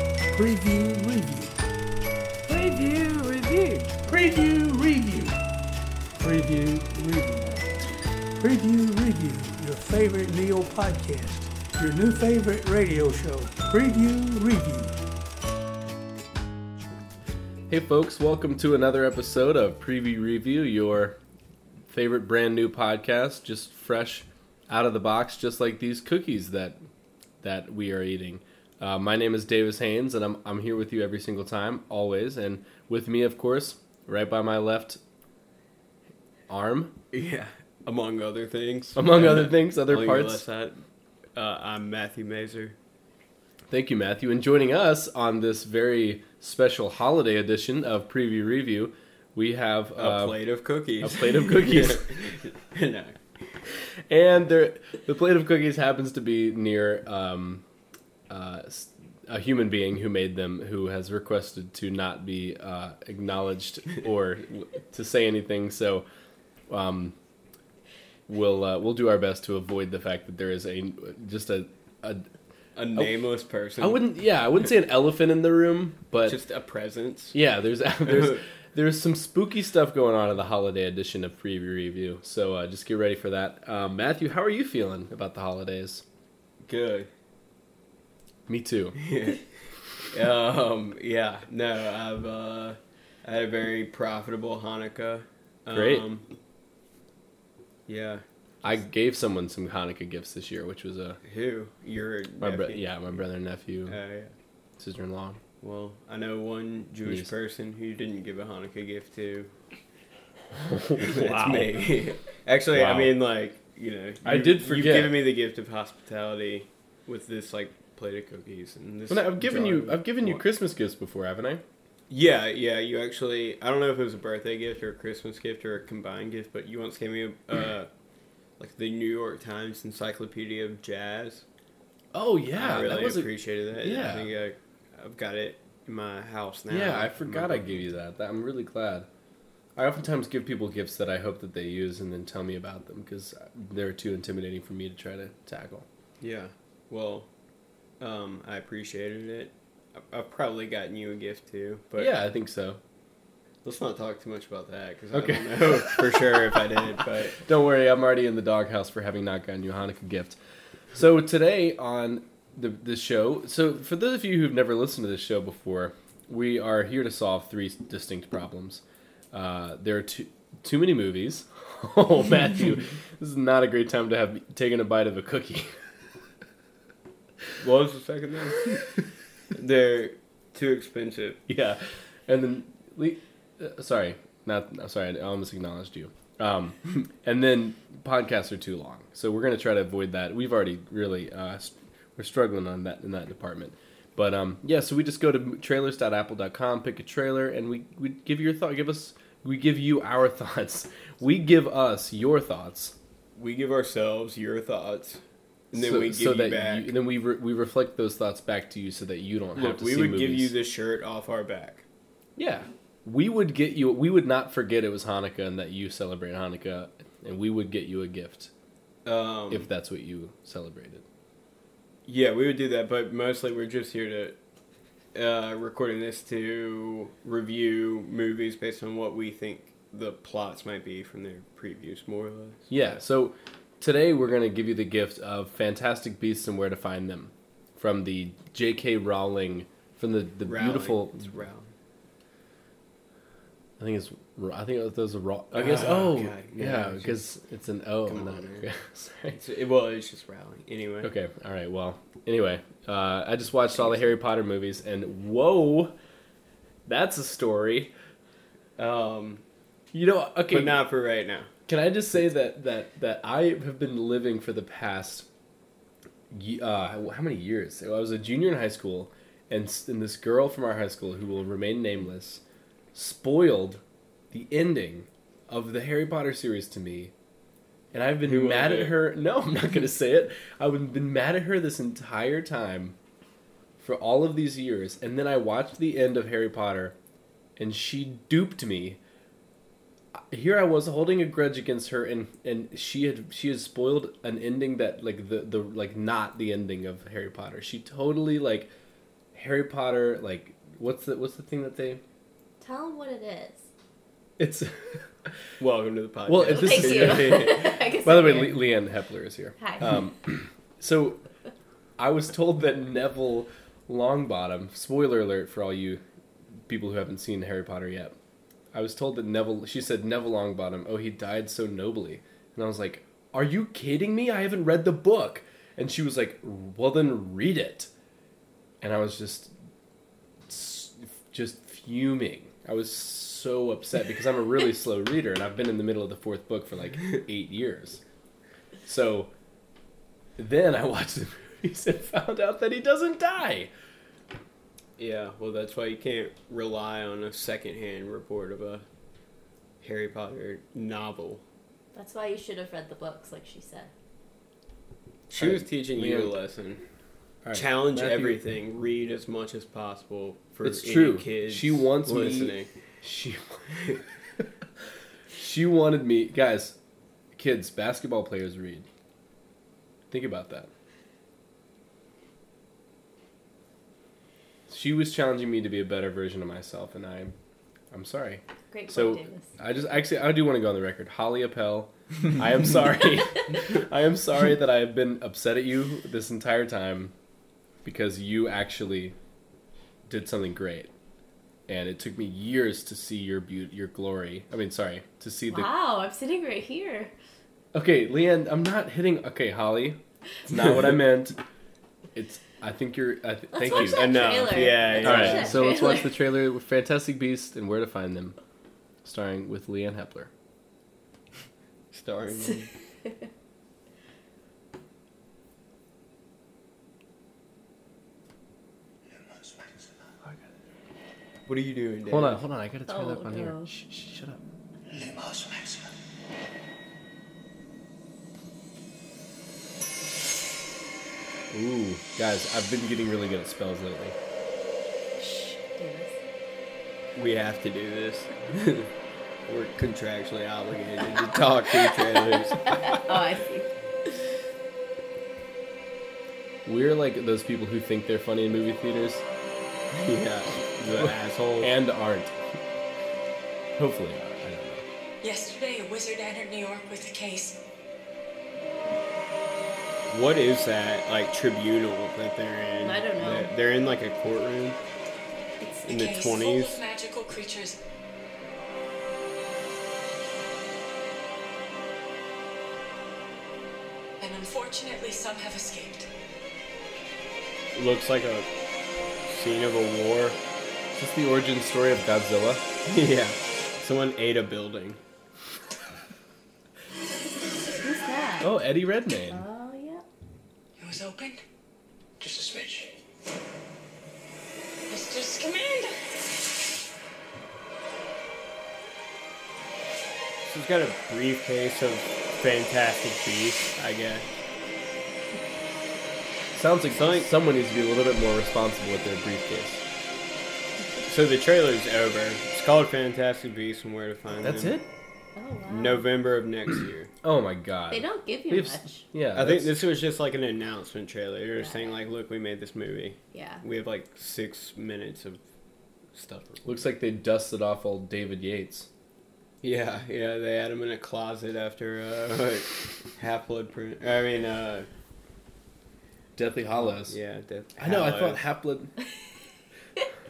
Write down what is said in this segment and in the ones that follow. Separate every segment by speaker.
Speaker 1: Preview review. Preview review. Preview review. Preview review. Preview review. Your favorite Neo podcast. Your new favorite radio show. Preview review.
Speaker 2: Hey, folks, welcome to another episode of Preview Review, your favorite brand new podcast, just fresh out of the box, just like these cookies that that we are eating. Uh, my name is Davis Haynes, and I'm, I'm here with you every single time, always. And with me, of course, right by my left arm,
Speaker 3: Yeah, among other things.
Speaker 2: among
Speaker 3: And
Speaker 2: other things, other
Speaker 3: on your left
Speaker 2: parts.
Speaker 3: side, uh, I'm Matthew Mazer.
Speaker 2: Thank you, Matthew. And joining us on this very special holiday edition of Preview Review, we have
Speaker 3: A
Speaker 2: uh,
Speaker 3: plate of cookies.
Speaker 2: a plate of cookies.
Speaker 3: no.
Speaker 2: and there, the plate of cookies happens to be near um, uh, s- a human being who made them, who has requested to not be uh, acknowledged or w- to say anything. So, um, we'll uh, we'll do our best to avoid the fact that there is a just a, a
Speaker 3: A nameless person.
Speaker 2: I wouldn't yeah I wouldn't say an elephant in the room, but
Speaker 3: Just a presence.
Speaker 2: yeah, there's there's there's some spooky stuff going on in the holiday edition of Preview Review. So uh, just get ready for that. Um, Matthew, how are you feeling about the holidays?
Speaker 3: Good.
Speaker 2: Me too.
Speaker 3: um, yeah, no, I've uh, I had a very profitable Hanukkah.
Speaker 2: Great.
Speaker 3: Um, yeah.
Speaker 2: I gave someone some Hanukkah gifts this year, which was a
Speaker 3: Who? Your
Speaker 2: my bro-
Speaker 3: nephew?
Speaker 2: yeah my brother and nephew,
Speaker 3: Oh, yeah.
Speaker 2: sister-in-law.
Speaker 3: Well, I know one Jewish
Speaker 2: Yes.
Speaker 3: person who you didn't give a Hanukkah gift to.
Speaker 2: Wow.
Speaker 3: That's me. Actually, I
Speaker 2: Wow.
Speaker 3: mean, like, you know,
Speaker 2: I
Speaker 3: you've-
Speaker 2: did
Speaker 3: You've
Speaker 2: forget.
Speaker 3: given me the gift of hospitality with this like plate of cookies and this.
Speaker 2: Well, no, I've given
Speaker 3: jar
Speaker 2: you
Speaker 3: of
Speaker 2: I've given you
Speaker 3: wine.
Speaker 2: Christmas gifts before, haven't I?
Speaker 3: Yeah, yeah. You actually, I don't know if it was a birthday gift or a Christmas gift or a combined gift, but you once gave me a, uh, like the New York Times Encyclopedia of Jazz.
Speaker 2: Oh
Speaker 3: I really
Speaker 2: a-
Speaker 3: appreciated that.
Speaker 2: yeah.
Speaker 3: I think I, I've got it in my house now.
Speaker 2: yeah. I
Speaker 3: In my
Speaker 2: forgot I
Speaker 3: room.
Speaker 2: gave you that. that. I'm really glad. I oftentimes give people gifts that I hope that they use and then tell me about them because they're too intimidating for me to try to tackle.
Speaker 3: Yeah. Well, um, I appreciated it. I- I've probably gotten you a gift too, but
Speaker 2: yeah, I think so.
Speaker 3: let's not talk too much about that because
Speaker 2: Okay.
Speaker 3: I don't know for sure if I did. But
Speaker 2: Don't worry, I'm already in the doghouse for having not gotten you a Hanukkah gift. So today on the the show, so for those of you who've never listened to this show before, we are here to solve three distinct problems. Uh, there are too too many movies. Oh, Matthew, this is not a great time to have taken a bite of a cookie.
Speaker 3: what was the second thing? They're too expensive.
Speaker 2: yeah, and then le- uh, sorry, not I'm sorry, I almost acknowledged you. Um, and then podcasts are too long, so we're gonna try to avoid that. We've already really uh, st- we're struggling on that in that department. But um, yeah, so we just go to trailers.apple.com, pick a trailer, and we, we give your thought. Give us we give you our thoughts. We give us your thoughts.
Speaker 3: We give ourselves your thoughts, and then
Speaker 2: so,
Speaker 3: we give
Speaker 2: so
Speaker 3: you
Speaker 2: that
Speaker 3: back.
Speaker 2: and then we re- we reflect those thoughts back to you, so that you don't have
Speaker 3: Look,
Speaker 2: to
Speaker 3: we
Speaker 2: see
Speaker 3: would
Speaker 2: movies.
Speaker 3: give you the shirt off our back.
Speaker 2: Yeah. We would get you we would not forget it was Hanukkah and that you celebrate Hanukkah and we would get you a gift
Speaker 3: Um,
Speaker 2: if that's what you celebrated.
Speaker 3: Yeah, we would do that, but mostly we're just here to uh, recording this to review movies based on what we think the plots might be from their previews, more or less.
Speaker 2: Yeah, so today we're going to give you the gift of Fantastic Beasts and Where to Find Them from the J.K. Rowling from the, the
Speaker 3: Rowling.
Speaker 2: beautiful
Speaker 3: It's Rowling.
Speaker 2: I think it's I think those are raw. I guess
Speaker 3: Oh,
Speaker 2: oh,
Speaker 3: God,
Speaker 2: yeah,
Speaker 3: yeah, it's
Speaker 2: because it's an O. and
Speaker 3: Come on,
Speaker 2: then-
Speaker 3: man.
Speaker 2: Sorry.
Speaker 3: It's, it, well, it's just Rowling. Anyway.
Speaker 2: Okay. All right. Well. Anyway, uh, I just watched all the Harry Potter movies, and whoa, that's a story.
Speaker 3: Um,
Speaker 2: You know. Okay.
Speaker 3: But not for right now.
Speaker 2: Can I just say that that that I have been living for the past, ye- uh, how many years? So I was a junior in high school, and, s- and this girl from our high school who will remain nameless, spoiled the ending of the Harry Potter series to me, and I've been
Speaker 3: Who was
Speaker 2: mad at
Speaker 3: it?
Speaker 2: her. No, I'm not gonna say it. I've been mad at her this entire time, for all of these years, and then I watched the end of Harry Potter, and she duped me here I was holding a grudge against her, and and she had she had spoiled an ending that like the the like not the ending of Harry Potter. She totally like Harry Potter. Like, what's the what's the thing that they?
Speaker 4: Tell them what it is.
Speaker 2: It's
Speaker 3: Welcome to the podcast.
Speaker 2: Well, if this
Speaker 4: Thank
Speaker 2: is-
Speaker 4: you. I guess
Speaker 2: by the
Speaker 4: I'm
Speaker 2: way,
Speaker 4: here.
Speaker 2: Le- Leanne Hepler is here.
Speaker 4: Hi.
Speaker 2: Um, so, I was told that Neville Longbottom. Spoiler alert for all you people who haven't seen Harry Potter yet. I was told that Neville. She said Neville Longbottom. Oh, he died so nobly, and I was like, "Are you kidding me? I haven't read the book." And she was like, "Well, then read it." And I was just, s- just fuming. I was so upset because I'm a really slow reader, and I've been in the middle of the fourth book for like eight years. So then I watched the movies and found out that he doesn't die.
Speaker 3: yeah, well, that's why you can't rely on a secondhand report of a Harry Potter novel.
Speaker 4: That's why you should have read the books, like she said.
Speaker 3: She was teaching you a
Speaker 2: Leon.
Speaker 3: lesson.
Speaker 2: All right,
Speaker 3: Challenge
Speaker 2: Matthew,
Speaker 3: everything. Read as much as possible for
Speaker 2: It's
Speaker 3: any
Speaker 2: true.
Speaker 3: kids.
Speaker 2: She wants me-
Speaker 3: listening.
Speaker 2: She she wanted me, guys, kids, basketball players read. Think about that. She was challenging me to be a better version of myself, and I'm, I'm sorry.
Speaker 4: Great point,
Speaker 2: So
Speaker 4: Davis.
Speaker 2: I just actually I do want to go on the record. Holly Appel, I am sorry. I am sorry that I have been upset at you this entire time because you actually did something great. And it took me years to see your beauty, your glory. I mean, sorry, to see the
Speaker 4: Wow, I'm sitting right here.
Speaker 2: Okay, Leanne, I'm not hitting Okay, Holly. It's not what I meant. It's I think you're I th-
Speaker 4: Let's
Speaker 2: thank
Speaker 4: watch
Speaker 2: you.
Speaker 4: that
Speaker 3: Enough.
Speaker 4: trailer.
Speaker 3: Yeah,
Speaker 4: Let's
Speaker 3: yeah.
Speaker 2: All
Speaker 4: watch
Speaker 2: right,
Speaker 4: that
Speaker 2: so let's
Speaker 4: trailer.
Speaker 2: watch the trailer with Fantastic Beasts and Where to Find Them, starring with Leanne Hepler.
Speaker 3: Starring. what are you doing, Dave?
Speaker 2: Hold on, hold on. I gotta turn
Speaker 4: Oh,
Speaker 2: it up on
Speaker 4: no.
Speaker 2: here. Shh, shh, shut up. Ooh, guys, I've been getting really good at spells lately.
Speaker 4: Shh, Davis.
Speaker 3: We have to do this. We're contractually obligated to talk to each other.
Speaker 4: Oh, I see.
Speaker 2: We're like those people who think they're funny in movie theaters
Speaker 3: yeah, the asshole.
Speaker 2: and aren't. Hopefully, not, I don't know.
Speaker 5: Yesterday, a wizard entered New York with a case.
Speaker 3: What is that like tribunal that they're in?
Speaker 4: I don't know.
Speaker 3: They're, they're in like a courtroom.
Speaker 4: It's
Speaker 3: In the
Speaker 5: case Full
Speaker 3: 20s?
Speaker 5: of magical creatures. And unfortunately, some have escaped.
Speaker 3: Looks like a scene of a war.
Speaker 2: Is this the origin story of Godzilla?
Speaker 3: yeah. Someone ate a building.
Speaker 4: who's that?
Speaker 2: Oh, Eddie Redmayne.
Speaker 4: Oh, yeah.
Speaker 5: It was open.
Speaker 6: Just a smidge.
Speaker 5: Mr. Scamander.
Speaker 3: She's got a briefcase of Fantastic Beasts, I guess.
Speaker 2: Sounds like something- someone needs to be a little bit more responsible with their briefcase.
Speaker 3: So the trailer's over. It's called Fantastic Beasts and Where to Find
Speaker 2: That's
Speaker 3: Them.
Speaker 2: it?
Speaker 4: Oh, wow.
Speaker 3: November of next year.
Speaker 2: Oh my god.
Speaker 4: They don't give you
Speaker 2: We've-
Speaker 4: much.
Speaker 2: Yeah.
Speaker 3: I think
Speaker 2: that's-
Speaker 3: this was just like an announcement trailer. They were saying like, "Look, we made this movie.
Speaker 4: Yeah.
Speaker 3: We have like six minutes of stuff."
Speaker 2: looks like they dusted off old David Yates.
Speaker 3: Yeah, yeah. They had him in a closet after uh, Half Blood Prince. I mean, uh,
Speaker 2: Deathly Hollows.
Speaker 3: yeah. Death
Speaker 2: I know. I
Speaker 3: Hallows.
Speaker 2: thought Haplet.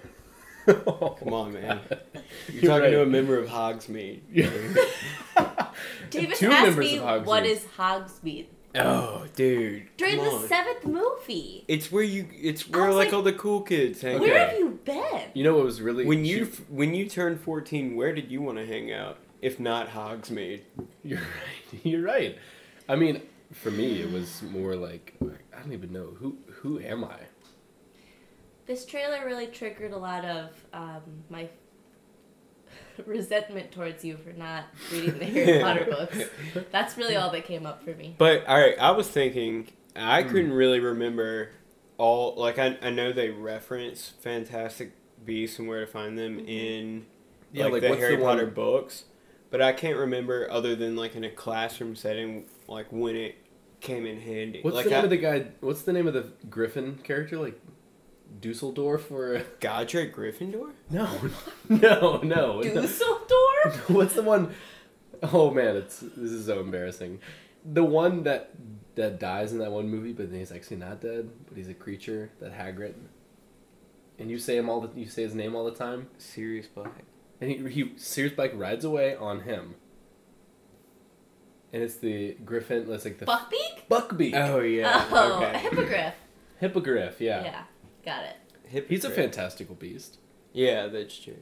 Speaker 3: Come on, man. You're,
Speaker 2: You're
Speaker 3: talking to
Speaker 2: right.
Speaker 3: a member of Hogsmeade.
Speaker 4: Davis
Speaker 2: Two
Speaker 4: asked
Speaker 2: members
Speaker 4: me,
Speaker 2: of Hogsmeade.
Speaker 4: what is Hogsmeade?
Speaker 3: oh, dude.
Speaker 4: During
Speaker 3: come
Speaker 4: the
Speaker 3: on.
Speaker 4: seventh movie.
Speaker 3: It's where you. It's where
Speaker 4: was
Speaker 3: like,
Speaker 4: like,
Speaker 3: all the cool kids hang
Speaker 4: Where
Speaker 3: out.
Speaker 4: have you been?
Speaker 2: You know what was really
Speaker 3: When you
Speaker 2: she-
Speaker 3: when you turn fourteen, where did you want to hang out if not Hogsmeade?
Speaker 2: You're right. You're right. I mean, for me, it was more like I don't even know who who am I.
Speaker 4: This trailer really triggered a lot of um, my resentment towards you for not reading the Harry Potter books. That's really all that came up for me.
Speaker 3: But all right, I was thinking I
Speaker 2: Hmm.
Speaker 3: couldn't really remember all like I, I know they reference Fantastic Beasts and Where to Find Them
Speaker 4: Mm-hmm.
Speaker 3: in
Speaker 2: Yeah,
Speaker 3: like,
Speaker 2: like,
Speaker 3: the
Speaker 2: what's
Speaker 3: Harry
Speaker 2: the one-
Speaker 3: Potter books, but I can't remember other than like in a classroom setting like when it came in handy.
Speaker 2: What's
Speaker 3: like
Speaker 2: the name
Speaker 3: I,
Speaker 2: of the guy? What's the name of the Griffin character? Like Dusseldorf or
Speaker 3: Godric Gryffindor?
Speaker 2: no, no, no, no.
Speaker 4: Dusseldorf?
Speaker 2: What's the one oh man, it's this is so embarrassing. The one that that dies in that one movie, but then he's actually not dead, but he's a creature that Hagrid. And you say him all the you say his name all the time,
Speaker 3: Sirius Black.
Speaker 2: and he he Sirius Black rides away on him. And it's the griffin. That's like the
Speaker 4: Buckbeak?
Speaker 2: Buckbeak
Speaker 3: Oh yeah.
Speaker 4: oh, a
Speaker 3: Okay.
Speaker 4: hippogriff.
Speaker 2: hippogriff.
Speaker 4: Yeah.
Speaker 2: Yeah.
Speaker 4: got it.
Speaker 3: Hip-
Speaker 2: he's a fantastical beast.
Speaker 3: Yeah, that's true.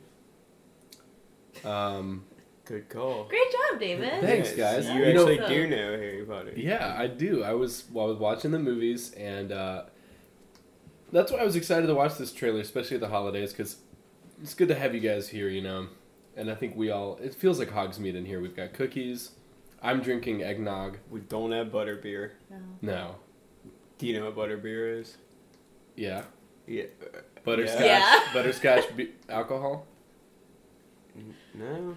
Speaker 2: Um,
Speaker 3: Good call.
Speaker 4: Great job, David.
Speaker 2: Thank- Thanks, guys.
Speaker 3: You
Speaker 4: You know-
Speaker 3: actually do know Harry Potter.
Speaker 2: Yeah, I do. I was well, I was watching the movies, and uh, that's why I was excited to watch this trailer, especially at the holidays, because it's good to have you guys here, you know. And I think we all it feels like Hogsmeade in here. We've got cookies. I'm drinking eggnog.
Speaker 3: We don't have butterbeer.
Speaker 4: No.
Speaker 2: No,
Speaker 3: Do you know what butterbeer is?
Speaker 2: yeah,
Speaker 3: Yeah.
Speaker 2: butterscotch,
Speaker 4: Yeah.
Speaker 2: butterscotch be- alcohol.
Speaker 3: No.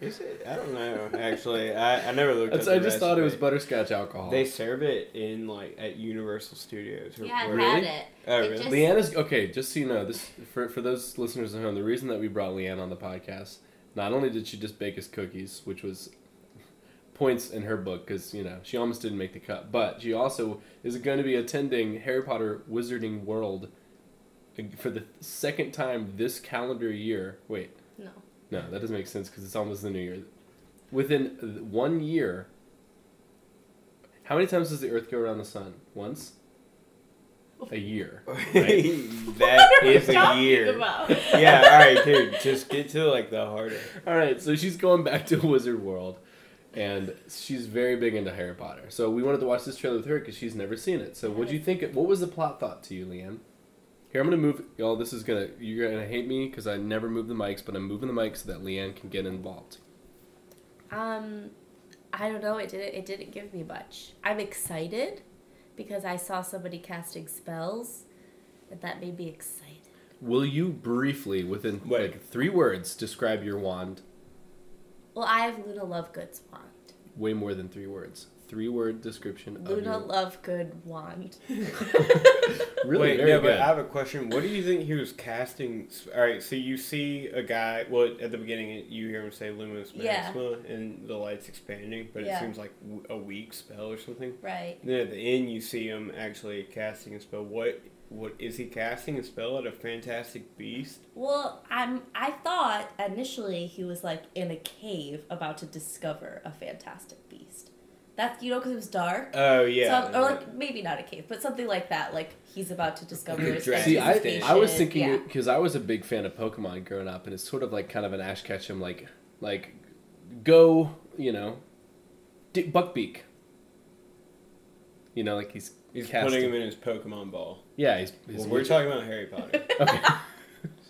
Speaker 3: Is it? I don't know. Actually, I, I never looked.
Speaker 2: That's,
Speaker 3: up
Speaker 2: I
Speaker 3: the
Speaker 2: just thought it was
Speaker 3: recipe.
Speaker 2: butterscotch alcohol.
Speaker 3: They serve it in like at Universal Studios. or
Speaker 4: Yeah, I've
Speaker 3: where-
Speaker 4: had
Speaker 2: Really?
Speaker 4: it.
Speaker 3: Oh,
Speaker 4: It
Speaker 3: really?
Speaker 4: just-
Speaker 2: Leanna's okay. Just so you know, this for for those listeners at home, the reason that we brought Leanna on the podcast, not only did she just bake us cookies, which was points in her book because you know she almost didn't make the cut, but she also is going to be attending Harry Potter Wizarding World uh, for the second time this calendar year. Wait,
Speaker 4: No.
Speaker 2: no, that doesn't make sense because it's almost the new year. Within uh, one year, how many times does the Earth go around the sun? Once. A year. Right?
Speaker 3: that
Speaker 4: What are we
Speaker 3: is a
Speaker 4: talking
Speaker 3: year.
Speaker 4: about?
Speaker 3: yeah. All right, dude. Just get to like the heart of. it.
Speaker 2: All right, so she's going back to Wizard World, and she's very big into Harry Potter. So we wanted to watch this trailer with her because she's never seen it. So what do you think? What was the plot thought to you, Leanne? Here, I'm gonna move. Y'all, this is gonna you're gonna hate me because I never move the mics, but I'm moving the mic so that Leanne can get involved.
Speaker 4: Um, I don't know. It didn't. It didn't give me much. I'm excited because I saw somebody casting spells, and that made me excited.
Speaker 2: Will you briefly, within
Speaker 3: Wait.
Speaker 2: like three words, describe your wand?
Speaker 4: Well, I have Luna Lovegood's wand.
Speaker 2: Way more than three words. Three word description. of
Speaker 4: Luna
Speaker 2: your-
Speaker 4: Lovegood wand.
Speaker 2: really
Speaker 3: Wait,
Speaker 2: very
Speaker 3: no,
Speaker 2: good.
Speaker 3: but I have a question. What do you think he was casting? s- All right, so you see a guy. Well, at the beginning, you hear him say "Lumos
Speaker 4: Yeah.
Speaker 3: Maxima," and the light's expanding, but
Speaker 4: Yeah.
Speaker 3: it seems like w- a weak spell or something.
Speaker 4: right.
Speaker 3: Then at the end, you see him actually casting a spell. What? What is he casting a spell at a fantastic beast?
Speaker 4: Well, I'm. I thought initially he was like in a cave about to discover a fantastic beast. That you know, because it was dark.
Speaker 3: Oh yeah,
Speaker 4: Some, or like maybe not a cave, but something like that. Like he's about to discover his
Speaker 3: Dragon
Speaker 2: See, I,
Speaker 3: Station.
Speaker 2: I was
Speaker 4: station.
Speaker 2: thinking
Speaker 4: Yeah.
Speaker 2: because I was a big fan of Pokemon growing up, and it's sort of like kind of an Ash Ketchum, like like go, you know, D- Buckbeak. You know, like he's
Speaker 3: he's
Speaker 2: casting-
Speaker 3: putting him in his Pokemon ball.
Speaker 2: Yeah, he's. he's
Speaker 3: Well, we're talking about Harry Potter,
Speaker 2: okay.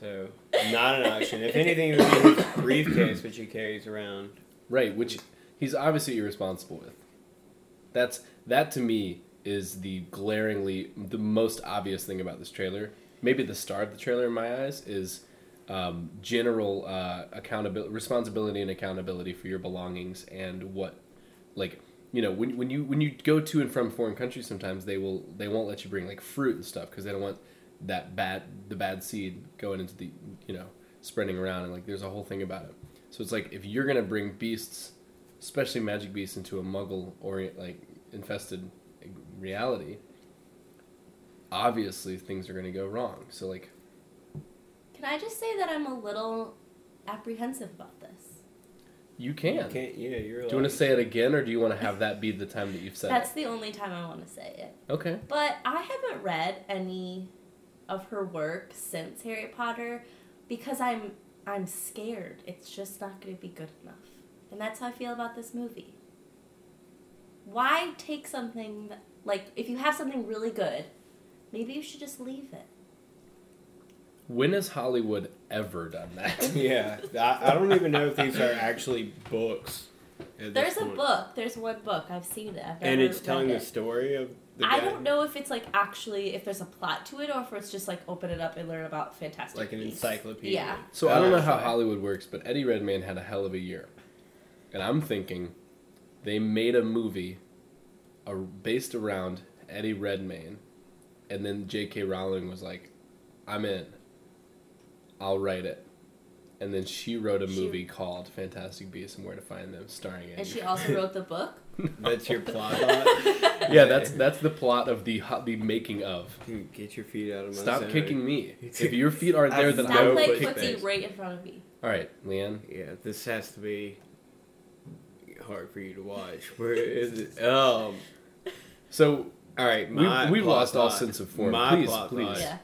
Speaker 3: so not an option. If anything, it would be his briefcase, which he carries around.
Speaker 2: right, which he's obviously irresponsible with. That's that to me is the glaringly the most obvious thing about this trailer. Maybe the star of the trailer in my eyes is um, general uh, accountability, responsibility, and accountability for your belongings and what, like, you know, when, when you when you go to and from foreign countries, sometimes they will they won't let you bring like fruit and stuff because they don't want that bad the bad seed going into the you know spreading around and like there's a whole thing about it. So it's like if you're gonna bring beasts, especially magic beasts, into a Muggle orient like infested reality, obviously things are gonna go wrong. So like
Speaker 4: Can I just say that I'm a little apprehensive about this?
Speaker 2: you can.
Speaker 3: You can't. Yeah, you're.
Speaker 2: Do you want to say it again, or do you want to have that be the time that you've said
Speaker 4: That's the only time I want to say it.
Speaker 2: it? Okay.
Speaker 4: But I haven't read any of her work since Harry Potter because I'm I'm scared. It's just not going to be good enough. And that's how I feel about this movie. Why take something that, like if you have something really good, maybe you should just leave it.
Speaker 2: When has Hollywood ever done that?
Speaker 3: Yeah, I, I don't even know if these are actually books. at this
Speaker 4: There's a
Speaker 3: point.
Speaker 4: book. There's one book. I've seen it. I've
Speaker 3: and
Speaker 4: never
Speaker 3: it's telling
Speaker 4: read
Speaker 3: the
Speaker 4: it.
Speaker 3: story of. the
Speaker 4: I
Speaker 3: guy-
Speaker 4: don't know if it's like actually if there's a plot to it or if it's just like open it up and learn about fantastic.
Speaker 3: Like an
Speaker 4: beasts.
Speaker 3: encyclopedia. Oh,
Speaker 4: Yeah.
Speaker 2: So I don't know how
Speaker 3: Okay.
Speaker 2: Hollywood works, but Eddie Redmayne had a hell of a year, and I'm thinking they made a movie, uh, based around Eddie Redmayne, and then J.K. Rowling was like, "I'm in. I'll write it." And then she wrote a
Speaker 4: She-
Speaker 2: movie called Fantastic Beasts and Where to Find Them, starring Andy.
Speaker 4: And she also wrote the book.
Speaker 3: That's your plot. on
Speaker 2: yeah, that's that's the plot of the ho- the making of.
Speaker 3: it? Get your feet out of my
Speaker 2: Stop
Speaker 3: zone.
Speaker 2: kicking me. If your feet aren't there, then
Speaker 3: Stop
Speaker 4: Stop
Speaker 2: I will
Speaker 4: playing
Speaker 2: kick
Speaker 3: putting
Speaker 4: footsie
Speaker 2: things.
Speaker 4: right in front of me.
Speaker 2: All right, Leanne.
Speaker 3: Yeah, this has to be hard for you to watch. Where is it? Um.
Speaker 2: So
Speaker 3: All right,
Speaker 2: We-
Speaker 3: my
Speaker 2: we've
Speaker 3: plot
Speaker 2: lost all
Speaker 3: thought.
Speaker 2: sense of form.
Speaker 3: My
Speaker 2: Please,
Speaker 3: plot
Speaker 2: please.
Speaker 3: thought.
Speaker 4: Yeah.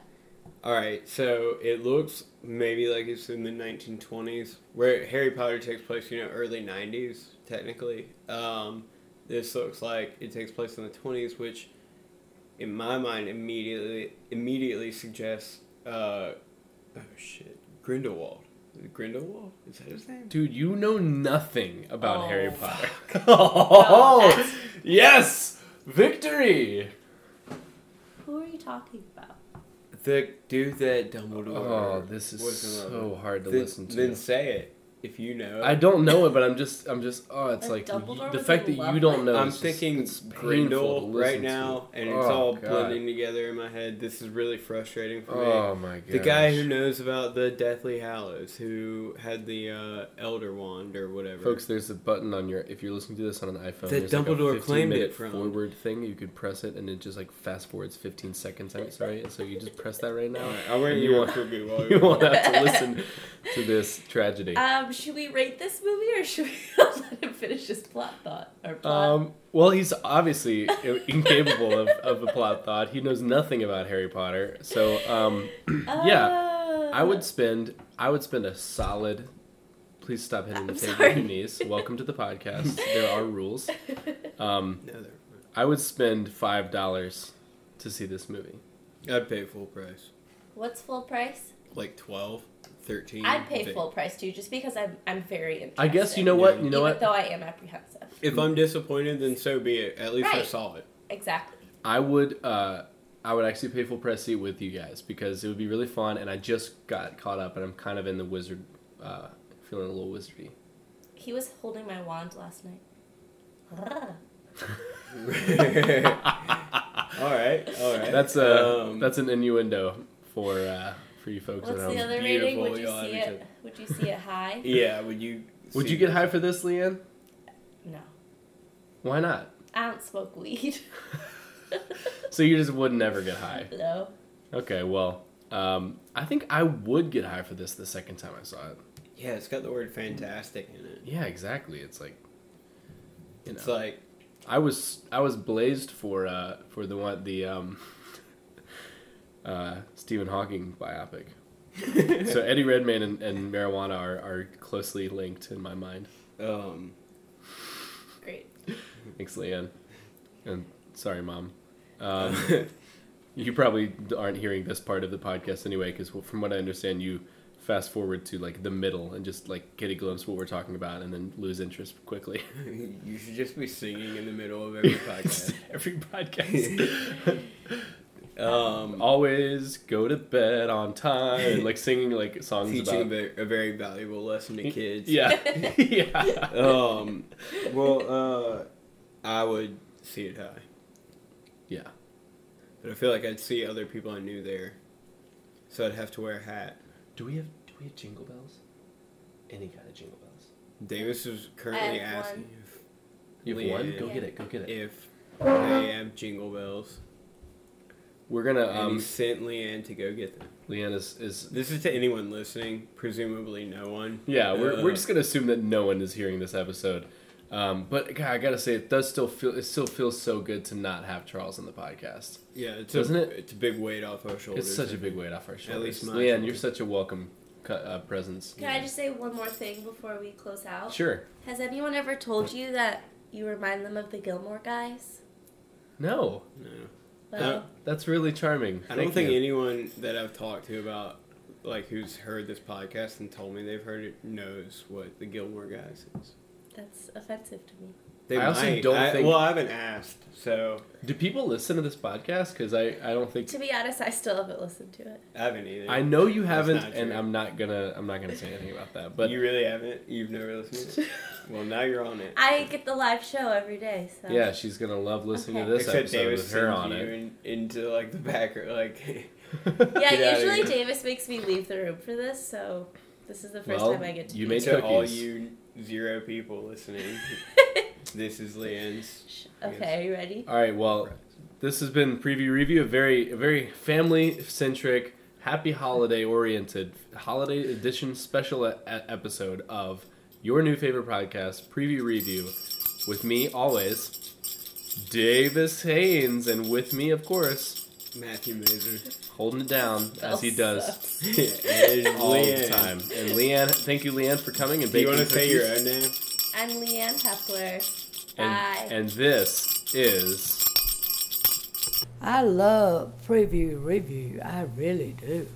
Speaker 3: All right, so it looks maybe like it's in the 1920s, where Harry Potter takes place, you know, early 90s, technically. Um, this looks like it takes place in the 20s, which, in my mind, immediately immediately suggests, uh, oh shit, Grindelwald. Is it Grindelwald? Is that his name?
Speaker 2: Dude, you know nothing about
Speaker 4: Oh,
Speaker 2: Harry Potter.
Speaker 4: Oh,
Speaker 2: Oh,
Speaker 4: that's-
Speaker 2: yes! Victory!
Speaker 4: Who are you talking about?
Speaker 3: The dude that Dumbledore.
Speaker 2: Oh, this is
Speaker 3: was in love
Speaker 2: so
Speaker 3: with.
Speaker 2: hard to
Speaker 3: Then-
Speaker 2: listen to.
Speaker 3: Then say it if you know.
Speaker 2: I don't know it, but I'm just, I'm just. Oh, it's
Speaker 4: That
Speaker 2: like
Speaker 4: Dumbledore
Speaker 2: the
Speaker 4: was
Speaker 2: fact
Speaker 4: in
Speaker 2: that
Speaker 4: love
Speaker 2: you don't
Speaker 4: with-
Speaker 2: know.
Speaker 3: I'm
Speaker 2: is just-
Speaker 3: thinking
Speaker 2: it's painful to
Speaker 3: Grindel
Speaker 2: listen
Speaker 3: right
Speaker 2: to.
Speaker 3: now, and it's
Speaker 2: Oh,
Speaker 3: all
Speaker 2: God.
Speaker 3: blending together in my head. This is really frustrating for me.
Speaker 2: Oh my god!
Speaker 3: The guy who knows about the Deathly Hallows, who had the uh, Elder Wand or whatever.
Speaker 2: folks, there's a button on your. If you're listening to this on an iPhone,
Speaker 3: That
Speaker 2: there's
Speaker 3: Dumbledore
Speaker 2: like a
Speaker 3: claimed it
Speaker 2: 15-minute
Speaker 3: from.
Speaker 2: forward thing. You could press it, and it just like fast forwards 15 seconds. I'm sorry, so you just press that right now.
Speaker 3: Alright, I'll ring
Speaker 2: and
Speaker 3: you
Speaker 2: you
Speaker 3: up
Speaker 2: won't-
Speaker 3: for me while
Speaker 2: You
Speaker 3: you're-
Speaker 2: won't have to listen to this tragedy.
Speaker 4: Um, should we rate this movie or should we let him finish his plot thought or plot?
Speaker 2: Um, well, he's obviously i- incapable of, of a plot thought. He knows nothing about Harry Potter. So, um, yeah, I would spend I would spend a solid. Please stop hitting the
Speaker 4: I'm
Speaker 2: table
Speaker 4: sorry.
Speaker 2: with your knees. Welcome to the podcast. There are rules. Um,
Speaker 3: No, they're
Speaker 2: I would spend five dollars to see this movie.
Speaker 3: fine. I'd pay full price.
Speaker 4: What's full price?
Speaker 3: Like 12, 13.
Speaker 4: I'd pay
Speaker 3: If-
Speaker 4: full price too, just because I'm I'm very interested.
Speaker 2: I guess you know what
Speaker 3: Yeah.
Speaker 2: you know
Speaker 4: Even
Speaker 2: what
Speaker 4: though I am apprehensive.
Speaker 3: If I'm disappointed, then so be it. At least I
Speaker 4: Right.
Speaker 3: saw it.
Speaker 4: Exactly.
Speaker 2: I would. Uh, I would actually pay full price seat with you guys because it would be really fun. And I just got caught up, and I'm kind of in the wizard, uh, feeling a little wizardy.
Speaker 4: He was holding my wand last night.
Speaker 3: all right, all right.
Speaker 2: That's a
Speaker 3: Um,
Speaker 2: that's an innuendo for uh, for you folks
Speaker 4: What's
Speaker 2: at home.
Speaker 4: the other rating?
Speaker 3: beautiful,
Speaker 4: Would you
Speaker 3: y'all
Speaker 4: see
Speaker 3: have
Speaker 4: it? Would you see it high?
Speaker 3: Yeah, would you.
Speaker 2: Would
Speaker 3: see
Speaker 2: you get
Speaker 3: this?
Speaker 2: high for this, Leanne?
Speaker 4: No.
Speaker 2: Why not?
Speaker 4: I don't smoke weed.
Speaker 2: So you just would never get high.
Speaker 4: no.
Speaker 2: Okay, well, um, I think I would get high for this the second time I saw it.
Speaker 3: Yeah, it's got the word fantastic in it.
Speaker 2: Yeah, exactly. It's like you
Speaker 3: It's
Speaker 2: know,
Speaker 3: like
Speaker 2: I was I was blazed for uh, for the one the um, uh, Stephen Hawking biopic. so Eddie Redmayne and, and marijuana are, are closely linked in my mind.
Speaker 3: um
Speaker 4: Great.
Speaker 2: Thanks, Leanne. And sorry, Mom. Um, you probably aren't hearing this part of the podcast anyway, because from what I understand, you fast forward to like the middle and just like get a glimpse of what we're talking about, and then lose interest quickly.
Speaker 3: you should just be singing in the middle of every podcast.
Speaker 2: Every podcast,
Speaker 3: Um
Speaker 2: always go to bed on time, and like singing like songs
Speaker 3: teaching a,
Speaker 2: about.
Speaker 3: ve- a very valuable lesson to kids.
Speaker 2: Yeah, yeah.
Speaker 3: Um well uh I would see it high.
Speaker 2: Yeah.
Speaker 3: But I feel like I'd see other people I knew there. So I'd have to wear a hat.
Speaker 2: Do we have do we have jingle bells? Any kind of jingle bells?
Speaker 3: Davis is currently
Speaker 4: I have
Speaker 3: asking
Speaker 2: You have one.
Speaker 3: Leanne.
Speaker 2: Go get it. Go get
Speaker 3: if,
Speaker 2: it.
Speaker 3: if they have jingle bells.
Speaker 2: We're gonna.
Speaker 3: and he
Speaker 2: Um,
Speaker 3: sent Leanne to go get them.
Speaker 2: Leanne is is
Speaker 3: This is to anyone listening, presumably no one.
Speaker 2: Yeah, we're,
Speaker 3: Uh,
Speaker 2: we're just gonna assume that no one is hearing this episode. Um, but God, I gotta say, it does still feel it still feels so good to not have Charles on the podcast.
Speaker 3: yeah, it's
Speaker 2: Doesn't
Speaker 3: a,
Speaker 2: it?
Speaker 3: It's a big weight off our shoulders.
Speaker 2: It's such a big weight off our shoulders.
Speaker 3: least mine.
Speaker 2: Leanne, you're such a welcome cu- uh, presence.
Speaker 4: Can I just say one more thing before we close out?
Speaker 2: Sure.
Speaker 4: Has anyone ever told you that you remind them of the Gilmore guys?
Speaker 2: No,
Speaker 3: No,
Speaker 4: Well,
Speaker 2: that's really charming.
Speaker 3: I don't
Speaker 2: Thank
Speaker 3: think
Speaker 2: you.
Speaker 3: anyone that I've talked to about like who's heard this podcast and told me they've heard it knows what the Gilmore Guys is.
Speaker 4: That's offensive to me.
Speaker 3: They
Speaker 2: I also don't think-
Speaker 3: Well, I haven't asked, so
Speaker 2: Do people listen to this podcast? Because I, I don't think
Speaker 4: To be honest, I still haven't listened to it.
Speaker 3: I haven't either.
Speaker 2: I know you
Speaker 3: That's
Speaker 2: haven't,
Speaker 3: not
Speaker 2: and
Speaker 3: true.
Speaker 2: I'm not gonna I'm not gonna say anything about that.
Speaker 3: but
Speaker 2: But
Speaker 3: you really haven't. You've never listened. to it? Well, now you're on it.
Speaker 4: I get the live show every day, so
Speaker 2: yeah, she's gonna love listening
Speaker 4: Okay.
Speaker 2: to this
Speaker 3: Except
Speaker 2: episode
Speaker 3: Davis
Speaker 2: with her
Speaker 3: sends
Speaker 2: on
Speaker 3: you
Speaker 2: it.
Speaker 3: in, into like the back or like.
Speaker 4: Yeah,
Speaker 3: Get outta
Speaker 4: usually
Speaker 3: here.
Speaker 4: Davis makes me leave the room for this, so this is the first
Speaker 2: Well,
Speaker 4: time I get to.
Speaker 2: you
Speaker 4: do
Speaker 2: made
Speaker 4: it.
Speaker 3: to all
Speaker 2: cookies.
Speaker 3: you zero people listening, this is Leanne's.
Speaker 4: Sh- Okay, are you ready?
Speaker 2: All right, well, this has been preview review, a very a very family centric, happy holiday oriented holiday edition special e- e- episode of your new favorite podcast, preview review, with me always, Davis Haynes, and with me of course,
Speaker 3: Matthew Mazer.
Speaker 2: holding it down as he does
Speaker 4: Sucks.
Speaker 3: and
Speaker 2: all the
Speaker 3: Leanne.
Speaker 2: time. And Leanne, thank you, Leanne, for coming and
Speaker 3: Do Oh. you
Speaker 2: baking
Speaker 3: want to say your
Speaker 2: cookies.
Speaker 3: own name?
Speaker 4: I'm Leanne Heffler. Bye.
Speaker 2: And, and this is.
Speaker 1: I love preview review. I really do.